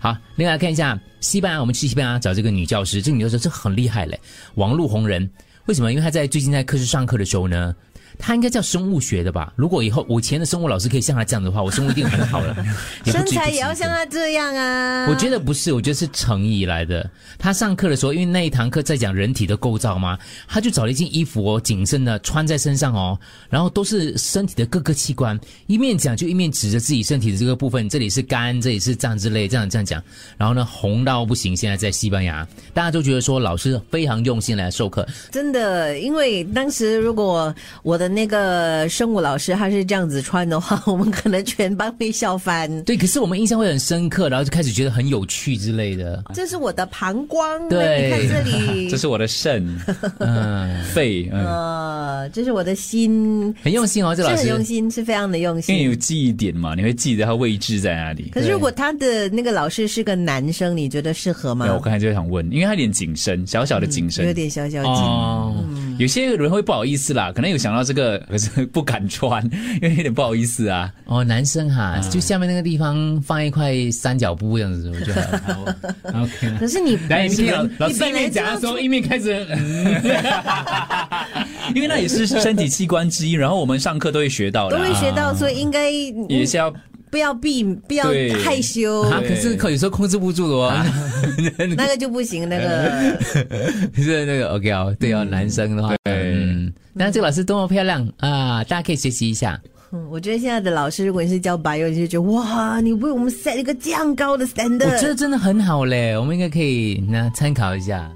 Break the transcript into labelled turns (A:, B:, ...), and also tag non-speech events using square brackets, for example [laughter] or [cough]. A: 好，另外看一下西班牙，我们去西班牙找这个女教师，这个女教师这很厉害嘞，网络红人。为什么？因为她在最近在课室上课的时候呢，她应该叫生物学的吧？如果以后我以前的生物老师可以像她这样的话，我生物一定很好
B: [laughs]
A: 了。也不
B: 身
A: 至于
B: 材
A: 不
B: 也要
A: 行
B: 像他这样啊。
A: 我觉得不是，我觉得是成意来的。他上课的时候，因为那一堂课在讲人体的构造嘛，他就找了一件衣服哦，紧身的穿在身上哦，然后都是身体的各个器官，一面讲就一面指着自己身体的这个部分，这里是肝，这里是脏之类，这样这样讲。然后呢，红到不行，现在在西班牙，大家都觉得说老师非常用心来授课，
B: 真的，因为当时如果我的那个生物老师他是这样子穿的话，我们可能全班被笑
C: [laughs]
B: 翻。
A: 对，可是我们印象会很深刻，然后就开始觉得很有趣之类的。
B: 这是我的膀胱，啊
A: 对
B: 那你看这里，
C: [laughs] 这是我
B: [laughs]
C: 的肾、
A: 嗯，
C: 肺，嗯，
B: 呃，这是我的心，
A: 很用心哦，这
B: 是
A: 老
B: 很
A: 师
B: 用。心，是非常的用
C: 因为
B: 心。
C: 有记忆点嘛，你会记得它位置在哪里。
B: 可是如果他的那个老师是个男生，你觉得适合吗
C: 对，？我刚才就想问，因为它有点紧身，小小的紧
B: 嗯
C: 身，
B: 有点嗯小小紧。
A: 哦，
C: 有些人会不好意思啦，可能有想到这个， [laughs] 可是不敢穿，因为有点不好意思啊。
A: 哦，男生哈，就下面那个地方放一块三角布这样子，我觉得还好。OK。
B: 可是
C: [laughs]
B: 你
C: 来，你
B: 你
C: 听老老
B: 你
C: 师一
B: 本来
C: 面
B: 就
C: 讲啊
B: 要
C: 的时候，一
B: [laughs]
C: 面开始， [laughs] 嗯因为那也是身体器官之一，然后我们上课都会学到的
B: 都
C: 啊、
B: 会学到，所以应该
C: 也是要
B: 不要避，不要
C: 对
B: 害羞，
A: 啊，
C: 对啊
A: 可是可有时候控制不住的哦，
B: [laughs] 那个就不行，那 [laughs] 个。
A: [laughs] 是那个 OK 哦，对哦，男生的话，
C: 嗯对
A: 嗯，那这个老师多么漂亮啊，大家可以学习一下。
B: 嗯，我觉得现在的老师，如果你是教白幼，你就觉得哇，你为我们 set 一个这样高的
A: 我觉
B: standard
A: 得。真的很好嘞，我们应该可以那参考一下。